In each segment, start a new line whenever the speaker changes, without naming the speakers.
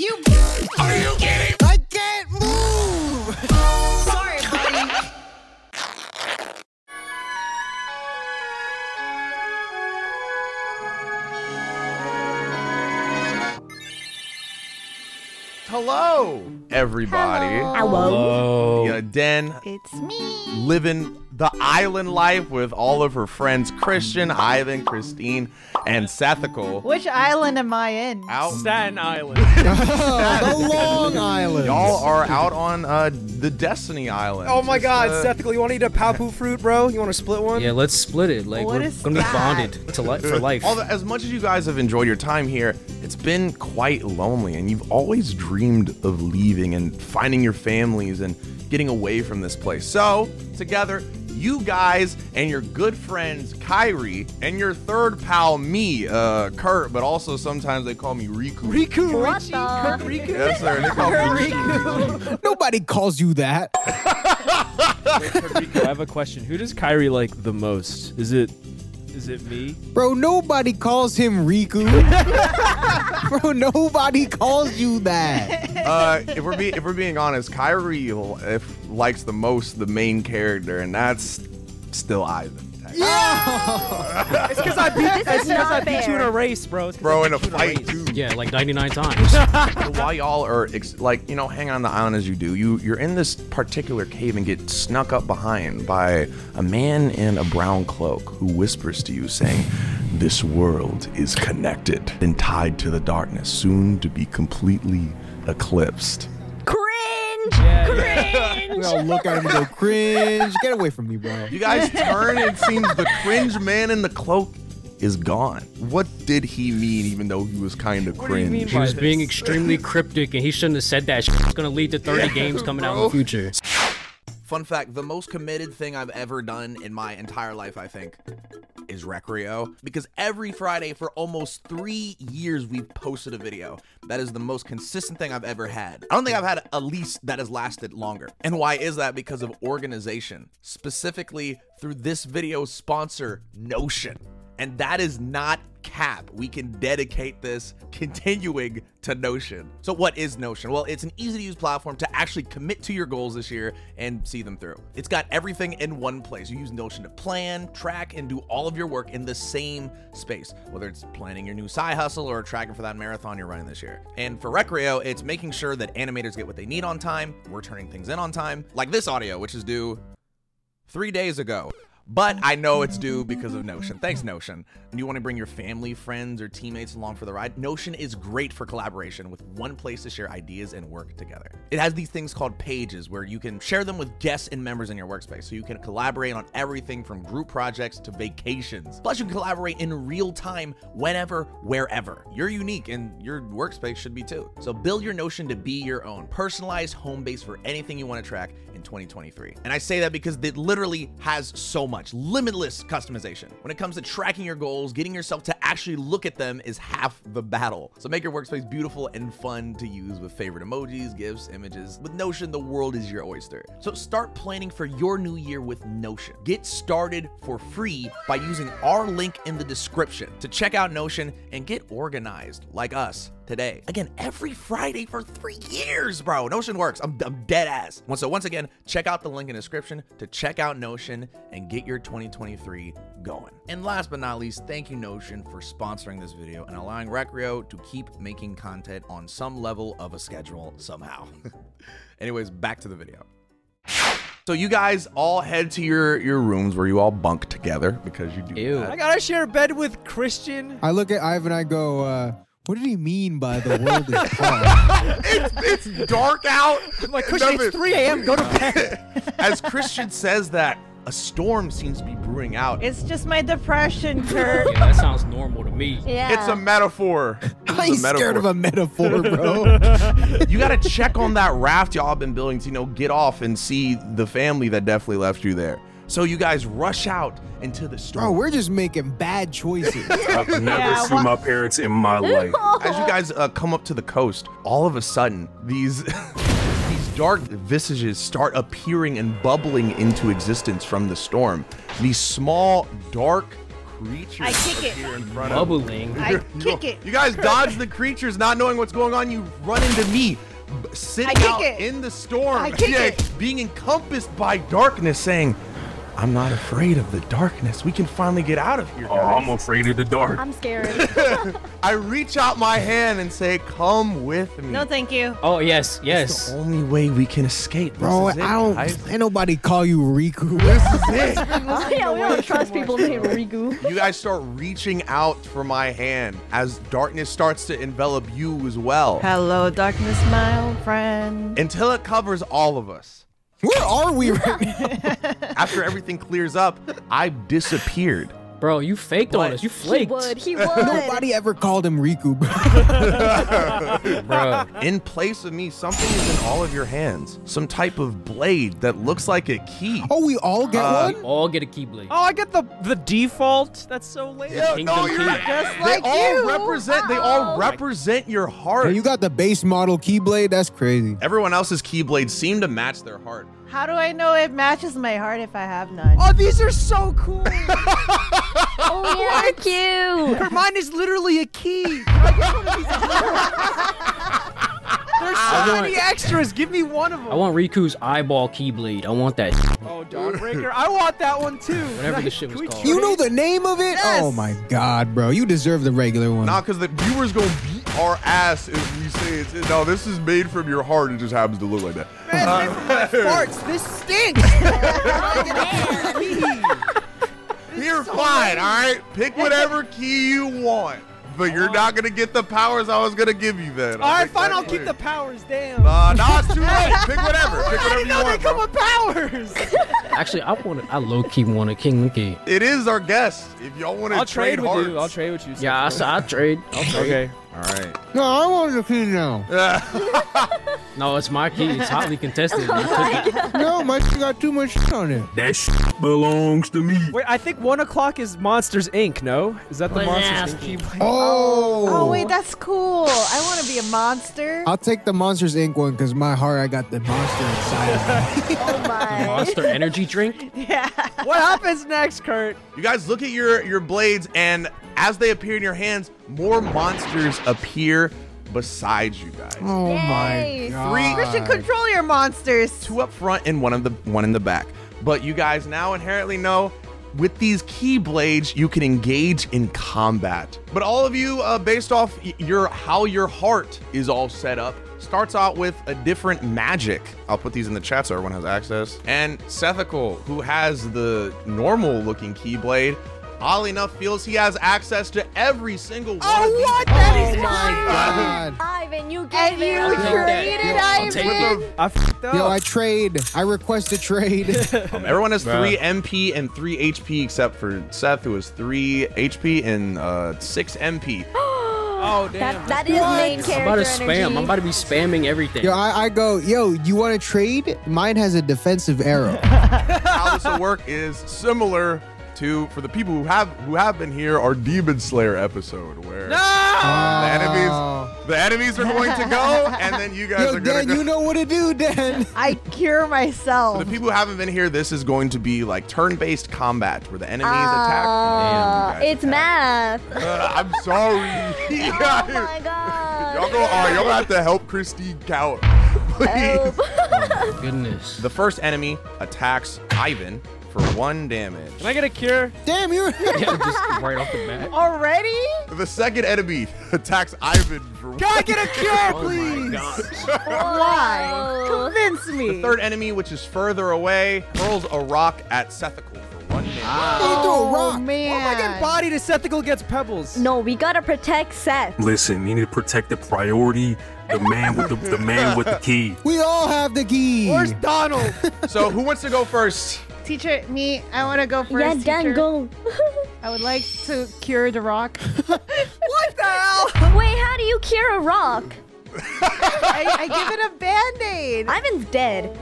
You.
Are you kidding?
I can't move. Sorry, buddy.
Hello, everybody.
Oh.
Hello.
Yeah, Den
It's me.
living the island life with all of her friends Christian, Ivan, Christine, and Sethical.
Which island am I in?
Out.
Staten Island.
Oh, the Long Island.
Y'all are out on uh, the Destiny Island.
Oh my
Just,
god,
uh,
Seth, you want to eat a papu fruit, bro? You want to split one?
Yeah, let's split it. Like
What
we're
is
gonna
that?
be bonded to li- for life.
Although, as much as you guys have enjoyed your time here, it's been quite lonely, and you've always dreamed of leaving and finding your families and getting away from this place. So, together, you guys and your good friends Kyrie and your third pal me, uh, Kurt, but also sometimes they call me Riku. Riku.
What the?
Yes, sir. They call me Riku.
Nobody calls you that.
Rico, I have a question. Who does Kyrie like the most? Is it is it me?
Bro, nobody calls him Riku. Bro, nobody calls you that.
Uh, if we're being if we're being honest, Kyrie l- if likes the most the main character, and that's still Ivan.
It's because I beat,
This
it's
is
'cause I
not
beat you in
fair.
a race, bro. It's 'cause
Bro,
I
in a
beat you
fight
race.
too.
yeah, like 99 times.
So while y'all are ex- like you know hang on the island as you do you you're in this particular cave and get snuck up behind by a man in a brown cloak who whispers to you saying this world is connected and tied to the darkness soon to be completely eclipsed
Cringe.
We
Cringe.
all look at him and go, cringe. Get away from me, bro.
you guys turn and it seems the cringe man in the cloak is gone what did he mean even though he was kind of
What do you mean
cringe
he was
by
being
this?
extremely cryptic, and he shouldn't have said that. It's gonna lead to 30 games coming out in the future.
Fun fact the most committed thing I've ever done in my entire life, I think, is Recreo. Because every Friday for almost three years, we've posted a video. That is the most consistent thing I've ever had. I don't think I've had a lease that has lasted longer. And why is that? Because of organization, specifically through this video sponsor, Notion. And that is not cap. We can dedicate this continuing to Notion. So, what is Notion? Well, it's an easy to use platform to actually commit to your goals this year and see them through. It's got everything in one place. You use Notion to plan, track, and do all of your work in the same space, whether it's planning your new side hustle or tracking for that marathon you're running this year. And for Recreo, it's making sure that animators get what they need on time, we're turning things in on time, like this audio, which is due three days ago. But I know it's due because of Notion. Thanks, Notion. And you want to bring your family, friends, or teammates along for the ride? Notion is great for collaboration with one place to share ideas and work together. It has these things called pages where you can share them with guests and members in your workspace so you can collaborate on everything from group projects to vacations. Plus, you can collaborate in real time whenever, wherever. You're unique and your workspace should be too. So build your Notion to be your own personalized home base for anything you want to track in 2023. And I say that because it literally has so much limitless customization. When it comes to tracking your goals, getting yourself to actually look at them is half the battle. So make your workspace beautiful and fun to use with favorite emojis, GIFs, images. With Notion, the world is your oyster. So start planning for your new year with Notion. Get started for free by using our link in the description to check out Notion and get organized like us today. Again, every Friday for three years, bro. Notion works. I'm, I'm dead ass. Once- So once again, check out the link in the description to check out Notion and get your 2023 going. And last but not least, thank you Notion for sponsoring this video and allowing Recreo to keep making content on some level of a schedule somehow. Anyways, back to the video. So you guys all head to your your rooms where you all bunk together because you do.
Ew.
that.
I gotta share a bed with Christian.
I look at Ivan, I go, uh, what did he mean by the world is calm?
It's dark out.
I'm like, Christian, it's 3 a.m. Go to bed.
As Christian says that, a storm seems to be brewing out.
It's just my depression, Kurt.
Yeah, that sounds normal to me.
Yeah.
It's a metaphor.
I ain't
It's a
scared of
metaphor.
a metaphor, bro.
you gotta check on that raft y'all been building to, you know, get off and see the family that definitely left you there. So you guys rush out into the storm.
Bro, we're just making bad choices.
I've never
Yeah,
seen
wha-
my parents in my life.
As you guys uh, come up to the coast, all of a sudden, these these dark visages start appearing and bubbling into existence from the storm. These small, dark creatures
I kick it.
appear in front of
Bubbling.
I kick it.
You guys dodge the creatures not knowing what's going on. You run into me b-
I
sitting
kick
out
it.
in the storm.
I kick
yeah,
it.
Being encompassed by darkness saying, I'm not afraid of the darkness. We can finally get out of here.
Oh,
guys."
afraid of the dark.
I'm scared.
I reach out my hand and say, Come with me.
No, thank you.
Oh yes,
It's
yes.
the only way we can escape. This
Bro,
is it,
I don't.
guys.
Ain't nobody call you Riku.
This is it.
yeah, we don't trust people named Rigu.
You guys start reaching out for my hand as darkness starts to envelop you as well.
Hello, darkness, my old friend.
Until it covers all of us.
Where are we right now?
After everything clears up, I've disappeared.
Bro, you faked on
What?
us. You
He
flaked.
would. He would.
Nobody ever called him Riku, bro.
Bro.
In place of me, something is in all of your hands. Some type of blade that looks like a key.
Oh, we all get
Uh,
one?
All get a keyblade.
Oh, I get the the default. That's so lame.
Yeah,
Kingdom
no, you're
Key.
right.
Just
They
like
all
you.
represent. They all represent your heart.
Hey, you got the base model Keyblade? That's crazy.
Everyone else's keyblades seem to match their heart.
How do I know it matches my heart if I have none?
Oh, these are so cool.
Oh, yeah, Oh, cute.
Mine is literally a key. Can I get one of these? There's so
I want-
many extras. Give me one of them.
I want Riku's eyeball keyblade. I want that.
Oh, Dawnbreaker. I want that one too.
Whatever this shit was
Can we
called.
keep
You know the name of it?
Yes.
Oh my god, bro. You deserve the regular one.
Nah, because the viewers gonna beat our ass if we say it's no. This is made from your heart. It just happens to look like that.
farts. This stinks.
You're fine, all right? Pick whatever key you want, but you're not gonna get the powers I was gonna give you then.
Uh-huh. All right,
make
fine.
that
I'll keep
clear.
the powers down.
Uh, nah, it's too late. Pick whatever. Pick whatever
I didn't
you
know they
want.
come
Bro.
with powers.
Actually, I want. I low key want a Kingdom Key.
It is our guest. If y'all want to
I'll trade, with
hearts,
you. I'll trade with you.
Yeah, I, s- I trade. I'll trade.
Okay.
All right.
no, I want the key now.
No, it's my key. It's hotly contested. You took it.
no, my shit got too much shit on it.
That belongs to me.
Wait, I think one o'clock is Monsters Inc. No, is that the
What's
Monsters
that?
Inc. keyblade?
Oh.
Oh wait, that's cool. I want to be a monster.
Oh,
I'll take the Monsters Inc. one because my heart, I got the monster inside of me.
Oh my.
Monster energy drink.
What happens next, Kurt?
You guys look at your your blades, and as they appear in your hands, more monsters appear beside you guys.
Oh my
Yay.
god.
Christian, control your monsters.
Two up front and one in the one in the back. But you guys now inherently know with these keyblades you can engage in combat. But all of you, uh, based off y- your how your heart is all set up, starts out with a different magic. I'll put these in the chat so everyone has access. And Sethical, who has the normal looking keyblade. Oddly enough, feels he has access to every single one of these.
what?
Oh
That
my god.
Ivan, you
And
gave it.
you
up.
take that.
created
I'll
Ivan.
take it.
is. I f***ed up.
Yo, I trade. I request a trade.
Um, everyone has three MP and three HP except for Seth, who has three HP and uh, six MP.
oh damn.
That, that is main
I'm about to
character
spam.
energy.
I'm about to be spamming everything.
yo, I, I go, yo, you want to trade? Mine has a defensive arrow.
How this will work is similar to for the people who have who have been here our Demon Slayer episode where
No!
the
Oh.
enemies the enemies are going to go, and then you guys
Yo,
are gonna
Dan,
go.
you know what to do, Dan.
I cure
For
myself.
the people who haven't been here, this is going to be like turn-based combat where the enemies
Uh,
attack. and you guys
it's
attack.
math.
Uh, I'm sorry.
Oh my god.
Y'all go. All right, y'all gonna have to help Christine count, please.
Goodness.
The first enemy attacks Ivan for one damage.
Can I get a cure?
Damn, you're.
yeah, just right off the bat.
Already?
The second enemy attacks Ivan for
Can I get a cure,
Oh my
please?
god.
Why?
Whoa.
Convince me.
Uh-huh. Third enemy, which is further away, hurls a rock at Sethical for one damage.
Ah.
He threw a
Oh
rock.
Oh my god,
man.
body to Sethical gets pebbles.
No, we gotta protect Seth.
Listen, you need to protect the priority, the man with the, the man with the key.
We all have the key.
Where's Donald?
So who wants to go first?
Teacher, me. I want to go first.
yeah, Dan,
teacher.
go.
I would like to cure the rock.
what the hell?
Wait, how do you cure a rock?
I, I give it a band aid.
Ivan's dead.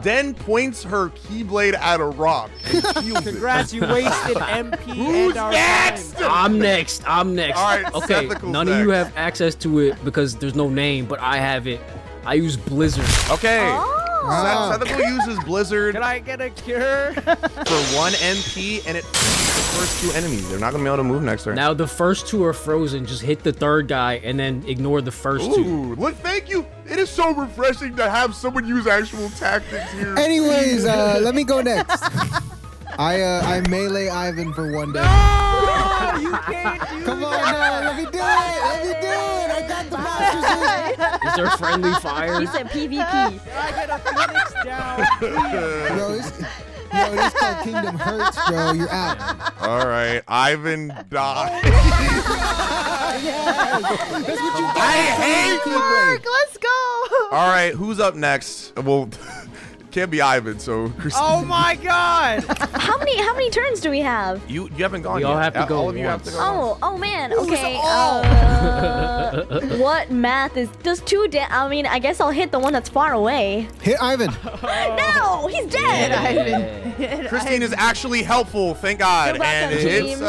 Den points her keyblade at a rock. And heals it.
Congrats, you wasted MP and our next?
I'm next. I'm next.
All right,
okay,
Sethical's
none of you
next.
have access to it because there's no name, but I have it. I use Blizzard.
Okay.
Oh.
Ah.
Sethical uses Blizzard
Can I get a cure?
for one MP, and it first two enemies. They're not gonna be able to move next turn.
Now the first two are frozen. Just hit the third guy and then ignore the first two.
Ooh, look, thank you. It is so refreshing to have someone use actual tactics here.
Anyways, uh, let me go next. I uh, I melee Ivan for one day.
you can't do
Come on now, let me do it. Let me do it. I got the master's. in.
Is there friendly fire?
He said PvP.
I get a phoenix down.
Yo, this, yo, this called Kingdom Hearts, bro. You're out.
All right, Ivan died.
That's what you
I
got.
hate
Mark, let's go.
All right, who's up next? Well, can't be Ivan. So Christine.
oh my god!
How many how many turns do we have?
you you haven't gone.
We all
yet.
have to go
All of you have to
once.
go.
Oh, oh man. Okay. Uh, what math is? Does two? Da- I mean, I guess I'll hit the one that's far away.
Hit Ivan.
No, he's dead.
Oh,
Christine is actually helpful, thank God,
You're
and
welcome,
it's
team.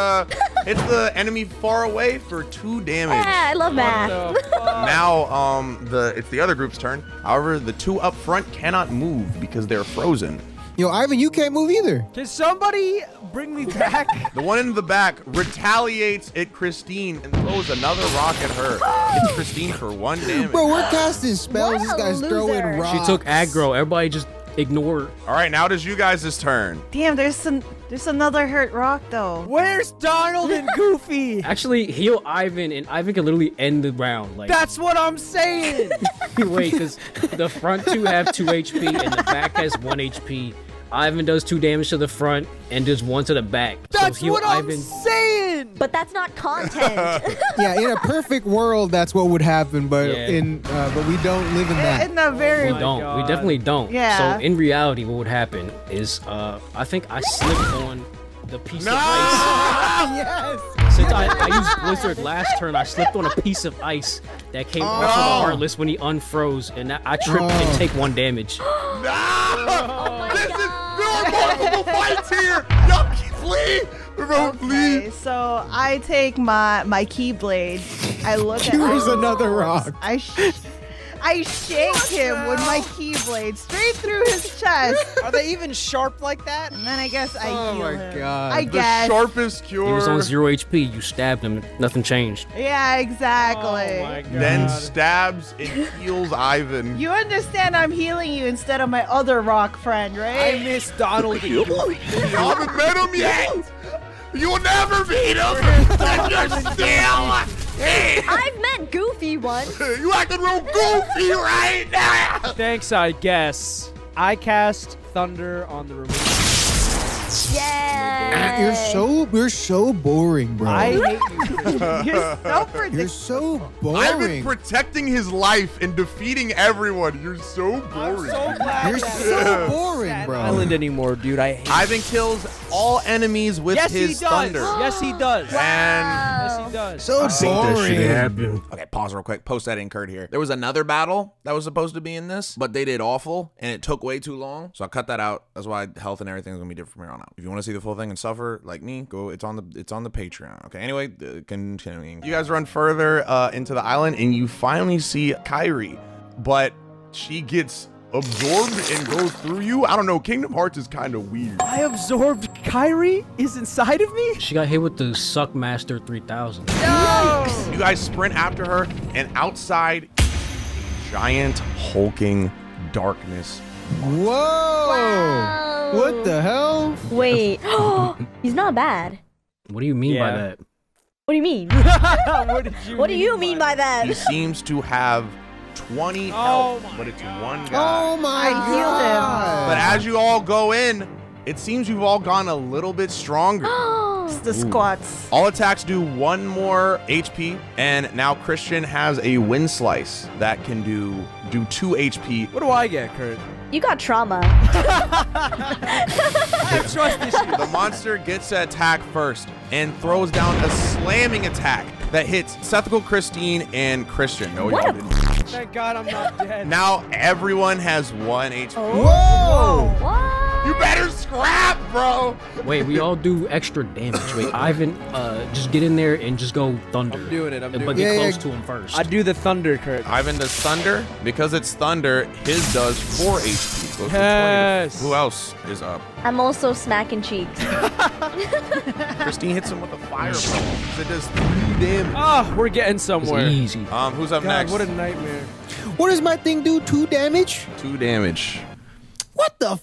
uh, it's the enemy far away for two damage.
Yeah, I love math.
What the fuck?
Now, um, the it's the other group's turn. However, the two up front cannot move because they're frozen.
Yo, Ivan, you can't move either.
Can somebody bring me back?
The one in the back retaliates at Christine and throws another rock at her. It's Christine for one damage.
Bro, we're casting spells.
What
This
a
guy's throwing
loser.
rocks.
She took aggro. Everybody just ignore.
All right, now it is you guys' turn.
Damn, there's some there's another hurt rock though.
Where's Donald and Goofy?
Actually, heal Ivan, and Ivan can literally end the round. Like
That's what I'm saying.
wait, because the front two have two HP and the back has one HP. Ivan does two damage to the front and does one to the back.
That's
so heal
what I'm
Ivan.
saying.
But that's not content.
Yeah, in a perfect world, that's what would happen, but
Yeah.
in uh, but we don't live in that.
In the very
we don't. We
God.
definitely don't.
Yeah.
So in reality, what would happen is, uh, I think I slipped on the piece
No!
of ice. Since I, I used Blizzard last turn, I slipped on a piece of ice that came off
No.
of Heartless when he unfroze, and I, I tripped and
Oh.
take one damage.
No!
Oh my
this is
God.
there are multiple fights here. Y'all keep flee, bro,
Okay,
please.
so I take my my keyblade. I look at
Here's
Ivan.
another rock.
I sh- I shake him with my keyblade straight through his chest,
Are they even sharp like that?
and then I guess I
Oh
heal
my
him.
God.
I
The
The
guess.
sharpest
He
cure.
was on zero HP. You stabbed him. Nothing changed.
Yeah,
Oh
exactly.
Then stabs and heals Ivan.
You understand I'm healing you instead of my other rock friend,
I
right?
miss Donald and Goofy.
Y'all haven't met him yet. You'll never meet him. And you're still here.
I've met Goofy once.
You acting real goofy right now.
Thanks, I guess. I cast thunder on the remote.
Yeah.
You're so you're so boring, bro.
I hate you.
You're so
you're
predictable.
so
Ivan
boring.
protecting his life and defeating everyone. You're so
I'm so
boring.
glad.
You're
that-
so boring,
that
bro.
island anymore, dude. I hate.
Ivan kills all enemies with
yes, he
his
does.
thunder.
Yes, he does.
And
Yes, he does.
So
Think that should
boring.
happen.
Okay, pause real quick. Post that incurred here. There was another battle that was supposed to be in this, but they did awful and it took way too long. So I cut that out. That's why health and everything's gonna be different from here on out. If you want to see the full thing and suffer like me, go. It's on the it's on the Patreon. Okay. Anyway, uh, continuing.
you guys run further uh, into the island and you finally see Kyrie, but she gets absorbed and goes through you. I don't know. Kingdom Hearts is kind of weird.
I absorbed Kyrie is inside of me.
She got hit with the Suckmaster 3000.
You guys sprint after her, and outside, a giant hulking darkness.
Whoa.
Wow.
What the hell?
Oh. Wait. he's not bad.
What do you mean by
Yeah.
that?
What do you mean?
what did you?
What do you mean by that?
He seems to have 20
Oh
health,
my
but it's one guy.
Oh my
I healed him.
god.
But as you all go in, it seems you've all gone a little bit stronger.
Oh,
The squats.
all attacks do one more HP, and now Christian has a wind slice that can do do two HP.
What do I get, Kurt?
you got trauma.
I have trust issues.
The monster gets to attack first and throws down a slamming attack that hits Sethical, Christine, and Christian. No,
What
y'all
a-
didn't.
Thank God I'm not dead.
Now everyone has one HP.
Whoa.
What?
You better scrap, bro.
Wait, we all do extra damage. Wait, Ivan, uh, just get in there and just go thunder.
I'm doing it, I'm
but
doing
get
it. Yeah,
close
yeah.
to him first.
I do the thunder curse.
Ivan does thunder because it's thunder. His does four HP. Goes from 20 to-
Yes.
Who else is up?
I'm also smacking cheeks.
Christine hits him with a fireball. It does three damage.
Oh, we're getting
it's
somewhere.
easy.
Um, who's up
God,
next?
what a nightmare.
What does my thing do? Two damage?
Two damage.
What the? F-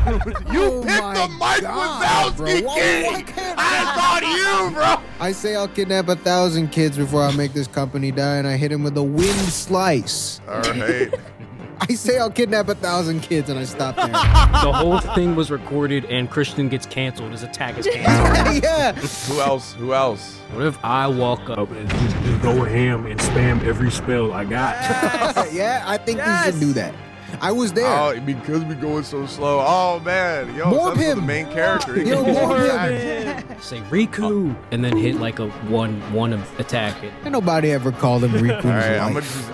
Oh you
Hit the Mike Wazowski king. I thought you,
I say I'll kidnap a thousand kids before I make this company die, and I hit him with a wind slice.
bro. All right.
I say I'll kidnap a thousand kids, and I stop there.
The whole thing was recorded and Christian gets canceled. His attack is canceled.
yeah.
Who else? Who else?
what if I walk up?
and just, just go ham and spam every spell I got.
yeah, I think we should do that. I was there.
Oh, because we going so slow. Oh man, yo,
Morph
that's for the
him.
main character.
Yo, morph him.
Say Riku, and then hit like a one one of attack. It.
Ain't nobody ever called him Riku.
All right, I'm gonna just.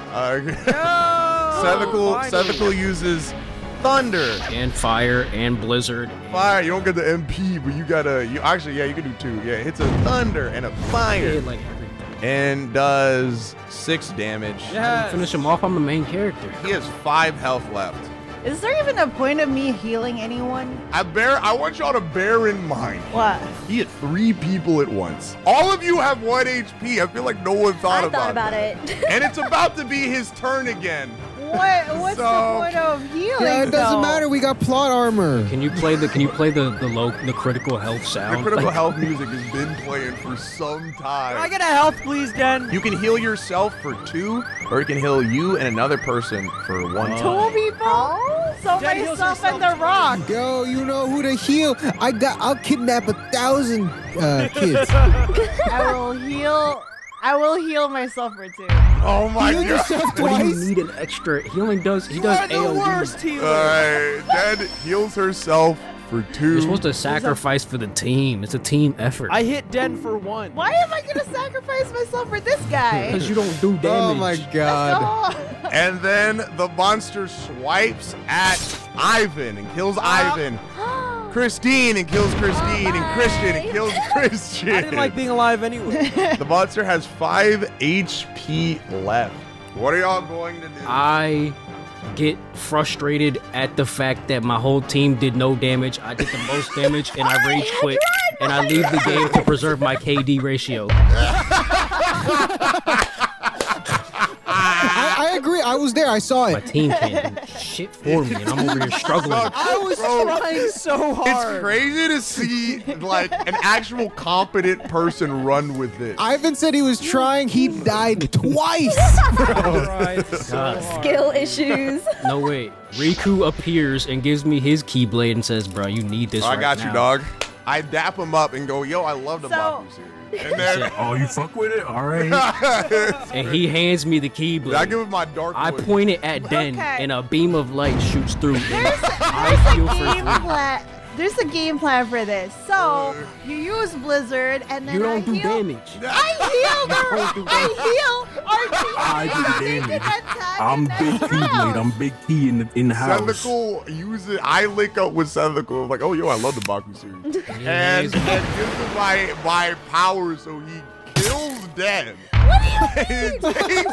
Uh, Sevical, Sevical uses thunder.
and fire and blizzard.
Fire. You don't get the MP, but you gotta. You actually, yeah, you can do two. Yeah, it hits a thunder and a fire,
Did like everything.
and does six damage.
Finish him off. I'm the main character.
He has five health left.
Is there even a point of me healing anyone?
I bear. I want y'all to bear in mind.
What?
He hit three people at once. All of you have one HP. I feel like no one thought
I
about
thought about
that.
it.
and it's about to be his turn again.
What? What's
So-
the point of healing?
Yeah, it
though?
doesn't matter. We got plot armor.
Can you play the Can you play the the low the critical health
The
sound?
critical
Like,
health music has been playing for some time.
Can I get a health, please, Den?
you can heal yourself for two, or it can heal you and another person for one.
Two people? So
Dad heals
myself and
herself.
the rock.
Yo, you know who to heal? I got. I'll kidnap a thousand uh, kids.
I will heal. I will heal myself for two.
Oh my
Heal
god.
yourself
what do you
twice.
need an extra healing? Does he does
You're the
AOE?
worst healer.
Alright, Dad heals herself for
You're
2
supposed to sacrifice for the team. It's a team effort.
I hit Den for one.
Why am I gonna sacrifice myself for this guy? Oh,
because you don't do damage.
Oh my god.
No.
and then the monster swipes at Ivan and kills Ivan. Christine and kills Christine and Christian and kills Christian.
I didn't like being alive anyway.
The monster has five HP left. What are y'all going to do?
I get frustrated at the fact that my whole team did no damage. I did the most damage and I rage quit and I leave the game to preserve my KD ratio.
I, I agree. I was there. I saw
My
it.
team can't do shit for me and I'm over here struggling.
I was trying so hard.
it's crazy to see like an actual competent person run with this.
Ivan said he was trying. He died twice.
Tried so hard.
Skill issues.
No wait. Riku appears and gives me his keyblade and says, "Bro, you need this."
I
right
got you,
now."
dog. I dap him up and go, yo, I love the
So-
Baku series. And then
oh, you fuck with it? All right.
And he hands me the
I
keyblade.
give him my dark.
I
voice.
point it at Den,
Okay.
and a beam of light shoots through. And I
There's a
feel for
game plan. There's a game plan for this. So you use Blizzard, and then
you
I
don't do
heal.
damage.
I heal her. I
I
heal
do
our team.
damage.
attack
I'm
and
big
that's
key,
round.
blade. I'm big key in the in the house.
Sevical uses. I link up with Sevical. Like, oh, yo, I love the Baku series. and and gives him my my power, so he kills Den. What do you mean?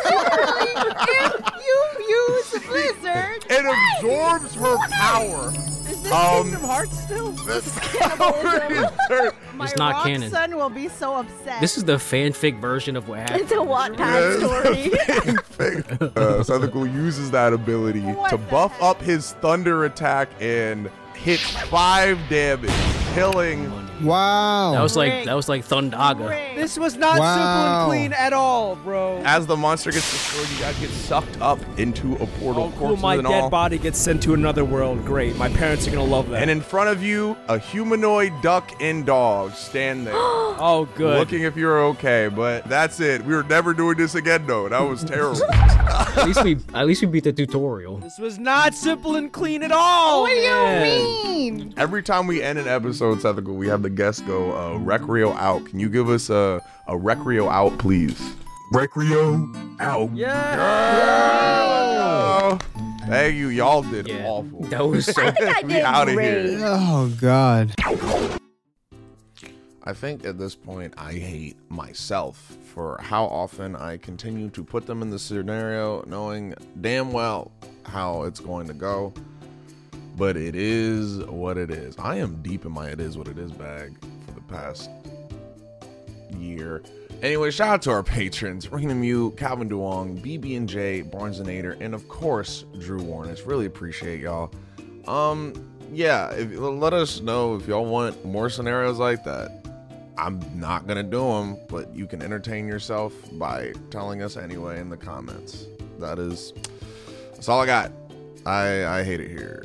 if you use Blizzard,
it absorbs her power.
is this
Um,
Kingdom Hearts still?
This power is her.
My
It's not
rock
canon.
son will be so upset.
This is the fanfic version of what happened.
it's a Wattpad story.
Uh, Sethical uses that ability
What
to
the
buff
heck?
up his thunder attack and hit five damage, killing.
Wow.
That was like
Rick.
that was like Thundaga.
Great.
This was not
Wow.
simple and clean at all, bro.
As the monster gets destroyed, you guys get sucked up into a portal,
Oh, cool.
corpses
My
and
dead
all.
body gets sent to another world. Great. My parents are gonna love that.
And in front of you, a humanoid duck and dog stand there,
oh, good.
looking if you're okay. But that's it. We were never doing this again, though. That was terrible.
At least we at least we beat the tutorial.
this was not simple and clean at all.
What do you
man.
mean?
Every time we end an episode, Sethical, we have the guests go, uh, Recreo out. Can you give us a, a Recreo out, please?
Recreo out.
Yeah.
Oh. Hey, Thank you. Y'all did
Yeah.
awful.
That was so.
I
we
did
out of
great.
here.
Oh God.
I think at this point I hate myself for how often I continue to put them in this scenario, knowing damn well how it's going to go. But it is what it is. I am deep in my it is what it is bag for the past year. Anyway, shout out to our patrons: Raina Mew, Calvin Duong, BB and J, Barnesonator, and of course Drew Warnes. Really appreciate y'all. Um, yeah, if, let us know if y'all want more scenarios like that. I'm not gonna do them, but you can entertain yourself by telling us anyway in the comments. That is, that's all I got. I I hate it here.